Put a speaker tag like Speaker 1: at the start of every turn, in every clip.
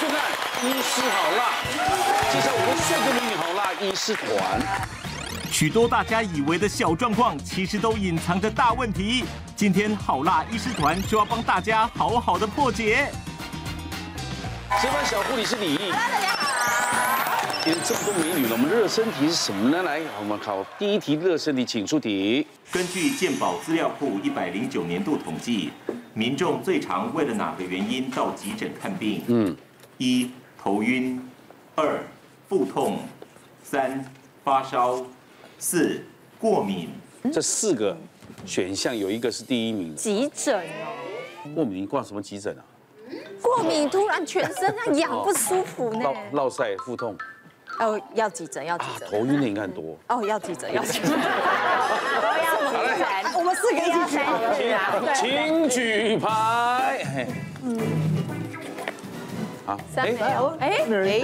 Speaker 1: 医师好辣，介绍我们帅哥美女好辣医师团。
Speaker 2: 许多大家以为的小状况，其实都隐藏着大问题。今天好辣医师团就要帮大家好好的破解。
Speaker 1: 值班小护理是李毅。
Speaker 3: 大家好，
Speaker 1: 今天这么多美女了，我们热身题是什么呢？来，我们考第一题热身题，请出题。
Speaker 2: 根据健保资料库一百零九年度统计，民众最常为了哪个原因到急诊看病？嗯，一头晕，二腹痛，三发烧，四过敏。
Speaker 1: 这四个选项有一个是第一名的，
Speaker 3: 急诊哦，
Speaker 1: 过敏你挂什么急诊啊？
Speaker 3: 过敏突然全身那痒不舒服呢
Speaker 1: 落，落晒腹痛
Speaker 3: 哦，要急诊，要急
Speaker 1: 啊，
Speaker 3: 诊，
Speaker 1: 头晕的应该很多。
Speaker 3: 哦，要急诊，要急 诊，我们四个一起去啊好了。
Speaker 1: 请举牌。嘿好，哎，
Speaker 3: 哎哎，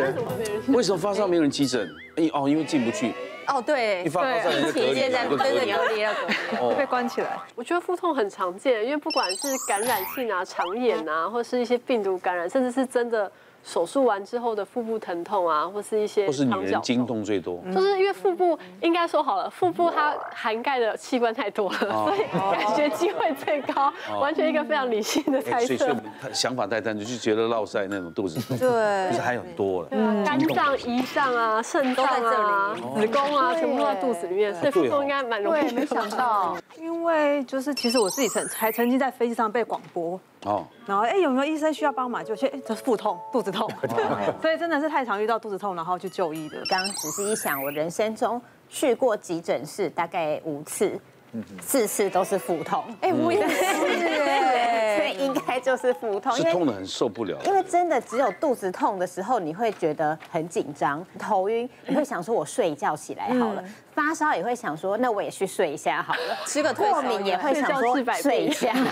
Speaker 1: 为什么发烧没有人急诊？哎哦，因为进不去。
Speaker 3: 哦对，
Speaker 1: 一发高烧
Speaker 3: 对
Speaker 1: 你就
Speaker 3: 疫
Speaker 1: 隔离
Speaker 3: 情现在
Speaker 1: 了就
Speaker 3: 对
Speaker 1: 隔离
Speaker 3: 对
Speaker 1: 了
Speaker 3: 隔离了，隔离了
Speaker 1: 哦，
Speaker 4: 关起来。
Speaker 5: 我觉得腹痛很常见，因为不管是感染性啊、肠炎啊，或是一些病毒感染，甚至是真的手术完之后的腹部疼痛啊，或是一些
Speaker 1: 都是女
Speaker 5: 肠绞
Speaker 1: 人经
Speaker 5: 痛。
Speaker 1: 痛最多。
Speaker 5: 就是因为腹部应该说好了，腹部它涵盖的器官太多了，
Speaker 1: 哦
Speaker 5: 所以
Speaker 4: 哦
Speaker 5: 感觉机会最高，完全一个非常理性的
Speaker 1: 哎，
Speaker 5: 猜
Speaker 1: 所以所以
Speaker 5: 测
Speaker 1: 我。
Speaker 5: 啊
Speaker 1: 们太想法太单纯，就觉得落晒那种肚子痛，
Speaker 3: 对
Speaker 1: 其实。还有很多了。
Speaker 5: 对啊，肝脏、胰脏啊、肾脏啊、子宫
Speaker 1: 哦
Speaker 5: 啊，全部都在肚子里面，所以腹痛应该蛮容易。
Speaker 4: 对，没想到，因为就是其实我自己曾还曾经在飞机上被广播，
Speaker 1: 哦，
Speaker 4: 然后哎有没有医生需要帮忙就去，哎这腹痛、肚子痛，所以真的是太常遇到肚子痛，然后去就医的。
Speaker 6: 刚仔细一想，我人生中去过急诊室大概五次，
Speaker 1: 嗯
Speaker 6: 四次都是腹痛。
Speaker 3: 哎，我也
Speaker 7: 哎
Speaker 3: 是
Speaker 6: 所以应该就是腹痛，
Speaker 1: 是痛的很受不了。
Speaker 6: 因为真的只有肚子痛的时候，你会觉得很紧张、头晕，你会想说我睡一觉起来好了；发烧也会想说那我也去睡一下好了；
Speaker 3: 吃个退烧啊
Speaker 6: 过敏也会想
Speaker 5: 睡觉治
Speaker 6: 说
Speaker 5: 百病
Speaker 6: 睡一下，因为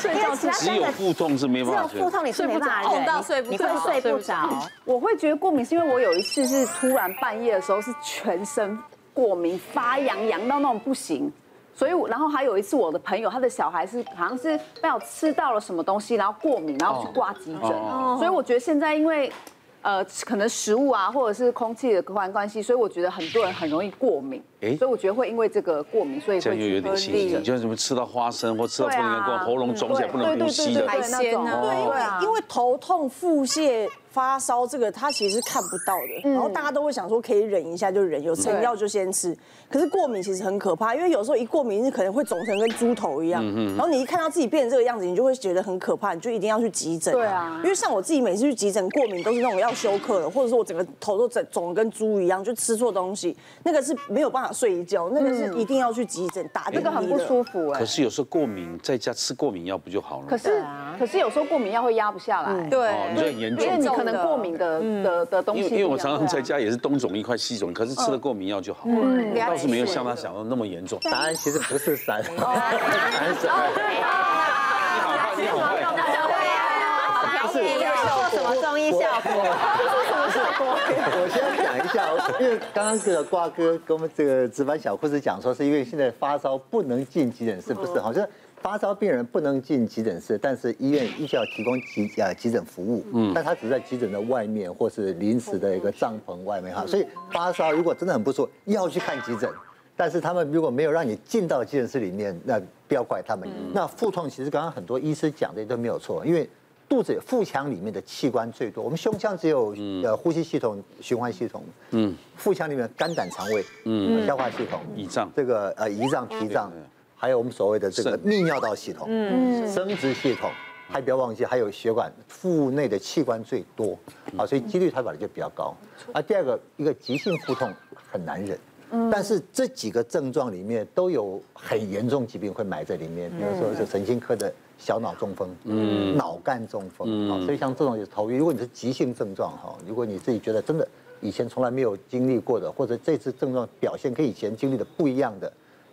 Speaker 6: 其他
Speaker 1: 只
Speaker 6: 三
Speaker 1: 有
Speaker 6: 个
Speaker 1: 腹痛是没
Speaker 6: 只
Speaker 1: 办
Speaker 6: 有
Speaker 1: 法
Speaker 6: 腹
Speaker 1: 的。
Speaker 6: 痛你是没办法
Speaker 3: 痛到
Speaker 6: 忍，
Speaker 3: 睡不
Speaker 6: 你
Speaker 3: 着
Speaker 6: 会睡不着。
Speaker 8: 我会觉得过敏，是因为我有一次是突然半夜的时候是全身过敏发痒，痒到那种不行。所以我，然后还有一次，我的朋友他的小孩是好像是被我吃到了什么东西，然后过敏，然后去挂急诊。
Speaker 1: 哦
Speaker 8: 所以我觉得现在因为，呃，可能食物啊，或者是空气的关关系，所以我觉得很多人很容易过敏。
Speaker 1: 诶
Speaker 8: 所以我觉得会因为这个过敏，所以
Speaker 1: 这
Speaker 8: 会
Speaker 1: 样又有
Speaker 8: 去
Speaker 1: 点
Speaker 8: 喝
Speaker 1: 心急，
Speaker 8: 力。
Speaker 1: 就是什么吃到花生或吃到不
Speaker 8: 对
Speaker 1: 能
Speaker 8: 啊
Speaker 1: 够喉咙肿起来不能
Speaker 8: 对对
Speaker 1: 呼吸的
Speaker 8: 对对对，
Speaker 7: 嗯
Speaker 8: 对
Speaker 9: 海鲜啊，
Speaker 8: 那种
Speaker 9: 对啊，因为头痛、腹泻、发烧这个，他其实是看不到的。
Speaker 8: 嗯
Speaker 9: 然后大家都会想说，可以忍一下就忍，有成药就先吃。可是过敏其实很可怕，因为有时候一过敏，你可能会肿成跟猪头一样。然后你一看到自己变成这个样子，你就会觉得很可怕，你就一定要去急诊。
Speaker 8: 对啊
Speaker 9: 因为像我自己每次去急诊过敏，都是那种要休克了，或者说我整个头都肿肿得跟猪一样，就吃错东西，那个是没有办法睡一觉，那个是一定要去急诊打
Speaker 8: 嗯这个很不舒服哎、
Speaker 1: 可是有时候过敏，在家吃过敏药不就好了吗？
Speaker 8: 可是，可是有时候过敏药会压不下来。
Speaker 1: 对，哦，你这很严
Speaker 8: 因为你
Speaker 1: 重。
Speaker 8: 可能过敏的
Speaker 1: 嗯
Speaker 8: 的的东西
Speaker 1: 因
Speaker 8: 不
Speaker 1: 为
Speaker 8: 一样，
Speaker 1: 因为我常常在家也是东肿一块西肿，可是吃了过敏药就好了，倒是没有像他想的那么严重。
Speaker 10: 答案其实不是三，答案是二。
Speaker 1: 你好哎坏，
Speaker 8: 啊
Speaker 6: 做什么中医效果？
Speaker 10: 我先讲一下，因为刚刚这个瓜哥跟我们这个值班小护士讲说，是因为现在发烧不能进急诊室，不是好像。发烧病人不能进急诊室，但是医院依旧要提供急呃急诊服务，嗯，但他只是在急诊的外面或是临时的一个帐篷外面哈，所以发烧如果真的很不舒服，要去看急诊，但是他们如果没有让你进到急诊室里面，那不要怪他们。
Speaker 1: 嗯
Speaker 10: 那腹痛其实刚刚很多医师讲的都没有错，因为肚子腹腔里面的器官最多，我们胸腔只有
Speaker 1: 嗯
Speaker 10: 呃呼吸系统、循环系统，嗯，腹腔里面肝胆肠胃，嗯，消化系统、
Speaker 1: 胰脏
Speaker 10: 这个呃胰脏、脾脏，还有我们所谓的这个
Speaker 1: 肾
Speaker 10: 泌尿道系统，嗯，生殖系统。还不要忘记，还有血管，腹内的器官最多啊，所以几率它本来就比较高。啊，第二个，一个急性腹痛很难忍，但是这几个症状里面都有很严重疾病会埋在里面，比如说是神经科的小脑中风，嗯，脑干中风，啊，所以像这种就是头晕，如果你是急性症状哈，如果你自己觉得真的以前从来没有经历过的，或者这次症状表现跟以前经历的不一样的，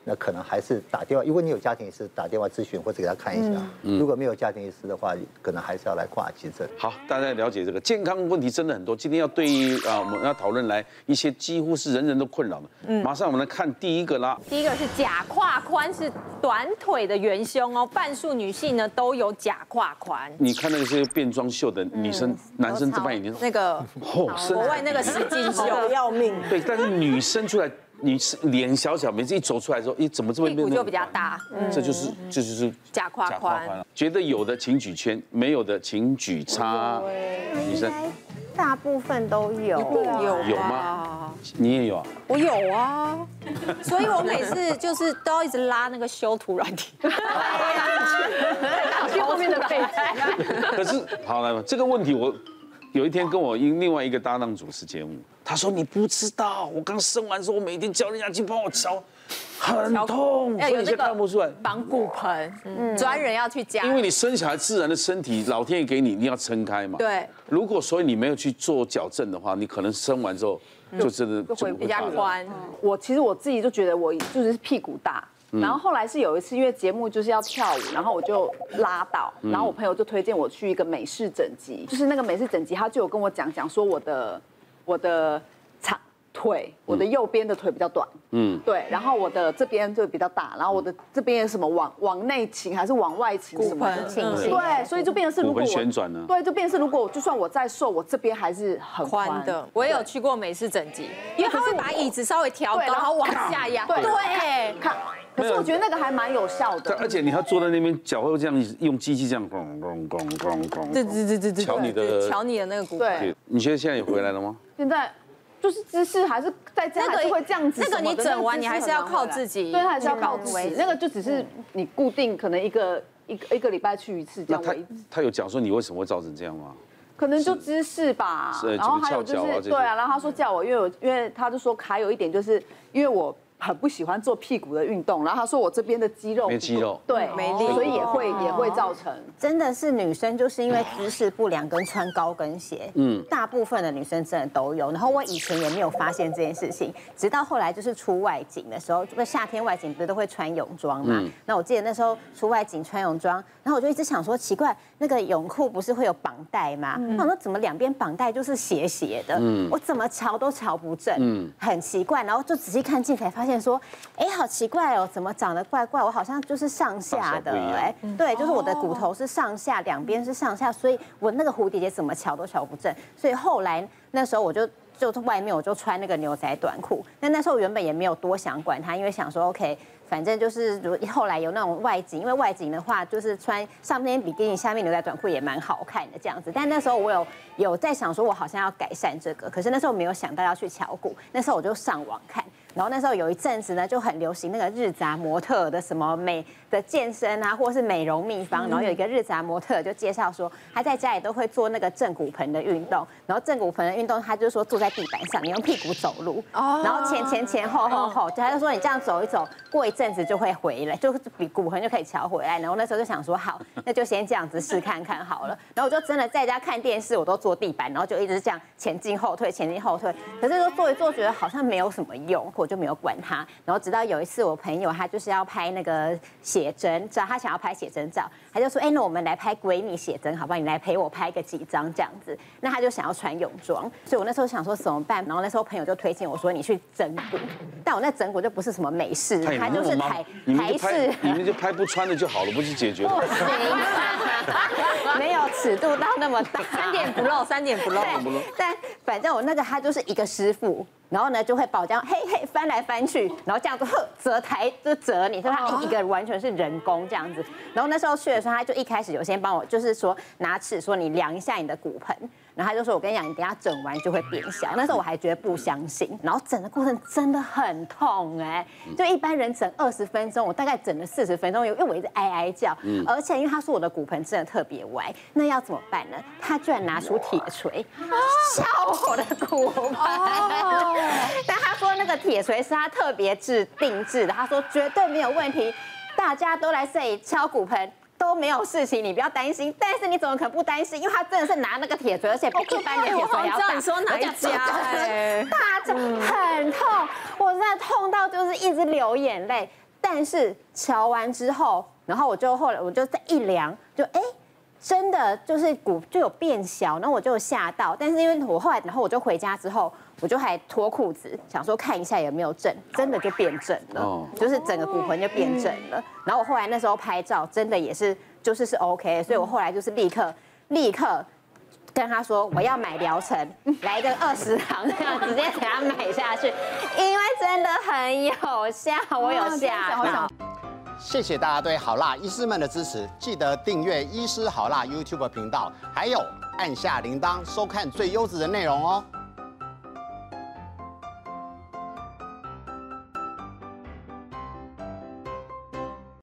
Speaker 10: 那可能还是打电话，如果你有家庭医师，打电话咨询或者给他看一下。如果没有家庭医师的话，可能还是要来挂急诊。
Speaker 1: 好，大家了解这个健康问题真的很多。今天要对于啊，我们要讨论来一些几乎是人人都困扰的。
Speaker 7: 嗯
Speaker 1: 马上我们来看第一个啦。
Speaker 7: 第一个是假胯宽，是短腿的元凶哦，半数女性呢都有假胯宽。
Speaker 1: 你看那个是变装秀的女生，男生这半眼睛，
Speaker 7: 那个
Speaker 1: 哦，
Speaker 7: 嗯
Speaker 1: 身
Speaker 7: 国外
Speaker 1: 材
Speaker 7: 那个实境秀
Speaker 9: 丑，的要命。
Speaker 1: 对，但是女生出来，你是脸小小，每次一走出来的时候，咦，怎么这么
Speaker 7: 屁股就
Speaker 1: 那么
Speaker 7: 比较大，
Speaker 1: 这就是这就是
Speaker 7: 假胯
Speaker 1: 假
Speaker 7: 宽
Speaker 1: 了。觉得有的请举圈，没有的请举
Speaker 7: 哦
Speaker 1: 叉。女生
Speaker 6: 大部分都有，
Speaker 7: 有
Speaker 1: 有吗？你也有啊？
Speaker 7: 我有啊，所以我每次就是都要一直拉那个修图软体，
Speaker 5: 去后面的背景，
Speaker 1: 可是好来吧，这个问题我有一天跟我另另外一个搭档主持节目，他说你不知道，我刚生完之后，我每天叫人家去帮我瞧，很痛，
Speaker 7: 哎
Speaker 1: 所以你现在看不出来。
Speaker 7: 绑骨盆，嗯专人要去加，
Speaker 1: 因为你生小孩自然的身体，老天爷给你，你要撑开嘛。
Speaker 7: 对。
Speaker 1: 如果所以你没有去做矫正的话，你可能生完之后就真的就
Speaker 8: 会
Speaker 1: 不
Speaker 7: 比
Speaker 1: 会发
Speaker 7: 较
Speaker 1: 了。
Speaker 7: 宽，
Speaker 8: 嗯我其实我自己就觉得我就是屁股大。然后后来是有一次，因为节目就是要跳舞，然后我就拉到，然后我朋友就推荐我去一个美式整脊，就是那个美式整脊，他就有跟我讲讲说我的我的长腿，我的右边的腿比较短，嗯，对，然后我的这边就比较大，然后我的这边什么往往内倾还是往外倾什么的，
Speaker 7: 嗯
Speaker 8: 对，所以就变成是如果
Speaker 1: 骨盆
Speaker 8: 我
Speaker 1: 旋转啊呢
Speaker 8: 对，就变成是如果我就算我再瘦，我这边还是很
Speaker 7: 宽的。我也有去过美式整脊，因为他会把椅子稍微调高，
Speaker 8: 对
Speaker 7: 然
Speaker 8: 然后
Speaker 7: 后往下压，
Speaker 8: 对
Speaker 7: 对，
Speaker 8: 看，可是我觉得那个还蛮有效
Speaker 1: 但
Speaker 8: 的。
Speaker 1: 而且你要坐在那边，脚会这样用机器这样咣咣咣咣咣。
Speaker 7: 对对对对对，
Speaker 1: 瞧你的
Speaker 7: 对瞧你的那个骨盆。
Speaker 8: 对，
Speaker 1: 你觉得现在有回来了吗？
Speaker 8: 现在就是姿势还是在家还是会这样子
Speaker 7: 那
Speaker 8: 什
Speaker 7: 个那个
Speaker 8: 么的。
Speaker 7: 你整完
Speaker 8: 那个
Speaker 7: 你还
Speaker 8: 姿势
Speaker 7: 是要靠自己
Speaker 8: 很难回来对，还是要
Speaker 7: 去
Speaker 8: 靠
Speaker 7: 搞
Speaker 8: 自
Speaker 7: 维
Speaker 8: 己
Speaker 7: 持。
Speaker 8: 那个就只是你固定可能一个一个一个礼拜去一次
Speaker 1: 那
Speaker 8: 这样
Speaker 1: 他
Speaker 8: 为止，
Speaker 1: 他有讲说你为什么会造成这样吗？
Speaker 8: 可能就姿势吧
Speaker 1: 是。
Speaker 8: 然后还有就
Speaker 1: 什么翘脚啊
Speaker 8: 是
Speaker 1: 这些
Speaker 8: 对啊，然后他说叫我，因为我因为他就说还有一点就是因为我。很不喜欢做屁股的运动，然后他说我这边的肌肉
Speaker 1: 没肌肉
Speaker 8: 对，
Speaker 7: 没力哦
Speaker 8: 所以也会也会造成。
Speaker 6: 真的是女生就是因为姿势不良跟穿高跟鞋，嗯，大部分的女生真的都有。然后我以前也没有发现这件事情，直到后来就是出外景的时候，因为夏天外景不是都会穿泳装嘛？
Speaker 1: 嗯
Speaker 6: 那我记得那时候出外景穿泳装，然后我就一直想说奇怪，那个泳裤不是会有绑带吗？我想说怎么两边绑带就是斜斜的，
Speaker 1: 嗯
Speaker 6: 我怎么瞧都瞧不正，很奇怪。然后就仔细看镜才发现说，哎，好奇怪哦，怎么长得怪怪？我好像就是上下
Speaker 1: 大小
Speaker 6: 的
Speaker 1: 不一样
Speaker 6: 哎。对，就是我的骨头是上下，两边是上下，所以我那个蝴蝶结怎么瞧都瞧不正。所以后来那时候我就就外面我就穿那个牛仔短裤，那那时候我原本也没有多想管它，因为想说 OK。反正就是，如后来有那种外景，因为外景的话，就是穿上面比基尼，下面牛仔短裤也蛮好看的这样子。但那时候我有有在想说，我好像要改善这个，可是那时候没有想到要去巧骨，那时候我就上网看，然后那时候有一阵子呢，就很流行那个日杂模特的什么美的健身啊，或是美容秘方。然后有一个日杂模特就介绍说，他在家里都会做那个正骨盆的运动。然后正骨盆的运动，他就说坐在地板上，你用屁股走路，然后前前前后后后，他就说你这样走一走，过一阵子就会回来，就比骨盆就可以调回来。然后那时候就想说，好，那就先这样子试看看好了。然后我就真的在家看电视，我都坐地板，然后就一直这样前进后退，前进后退。可是就做一做，觉得好像没有什么用，我就没有管它。然后直到有一次，我朋友他就是要拍那个写真照，他想要拍写真照，他就说：“哎，那我们来拍闺蜜写真，好不好？你来陪我拍个几张这样子。”那他就想要穿泳装，所以我那时候想说怎么办？然后那时候朋友就推荐我说：“你去整骨。”但我那整骨就不是什么美式，
Speaker 1: 他也
Speaker 6: 它
Speaker 1: 没
Speaker 6: 就
Speaker 1: 那
Speaker 6: 是
Speaker 1: 么忙
Speaker 6: 台，
Speaker 1: 你们
Speaker 6: 台
Speaker 1: 就拍
Speaker 6: 式。
Speaker 1: 你们就拍不穿的就好了，不是解决了。
Speaker 6: 没有尺度到那么大，
Speaker 7: 三点不漏，三点不漏。
Speaker 6: 对，但反正我那个他就是一个师傅，然后呢就会把我这样嘿嘿翻来翻去，然后这样子呵折台就折你，所以
Speaker 7: 哦
Speaker 6: 他一个完全是人工这样子。然后那时候去的时候，他就一开始有先帮我，就是说拿尺说你量一下你的骨盆。然后他就说：“我跟你讲，你等一下整完就会变小。”那时候我还觉得不相信。然后整的过程真的很痛哎，就一般人整二十分钟，我大概整了四十分钟，因为我一直哀哀叫。而且因为他说我的骨盆真的特别歪，那要怎么办呢？他居然拿出铁锤敲我的骨盆。 但他说那个铁锤是他特别制定制的，他说绝对没有问题，大家都来这里敲骨盆。都没有事情，你不要担心。但是你怎么可能不担心？因为他真的是拿那个铁锤，而且比一般的铁锤还要
Speaker 7: 哦我好像知
Speaker 6: 大。
Speaker 7: 道你说哪一家哎
Speaker 6: 大叫很痛，我真的痛到就是一直流眼泪。但是瞧完之后，然后我就后来我就再一量，就哎。真的就是骨就有变小，然后我就吓到，但是因为我后来，然后我就回家之后，我就还脱裤子，想说看一下有没有正，真的就变正了，
Speaker 1: 哦
Speaker 6: 就是整个骨盆就变正了。然后我后来那时候拍照，真的也是就是是 OK，所以我后来就是立刻立刻跟他说我要买疗程， 来个二十堂这样直接给他买下去，因为真的很有效，我有吓
Speaker 8: 好
Speaker 6: 到
Speaker 8: 想。
Speaker 10: 谢谢大家对好辣医师们的支持，记得订阅医师好辣 YouTube 频道，还有按下铃铛收看最优质的内容哦。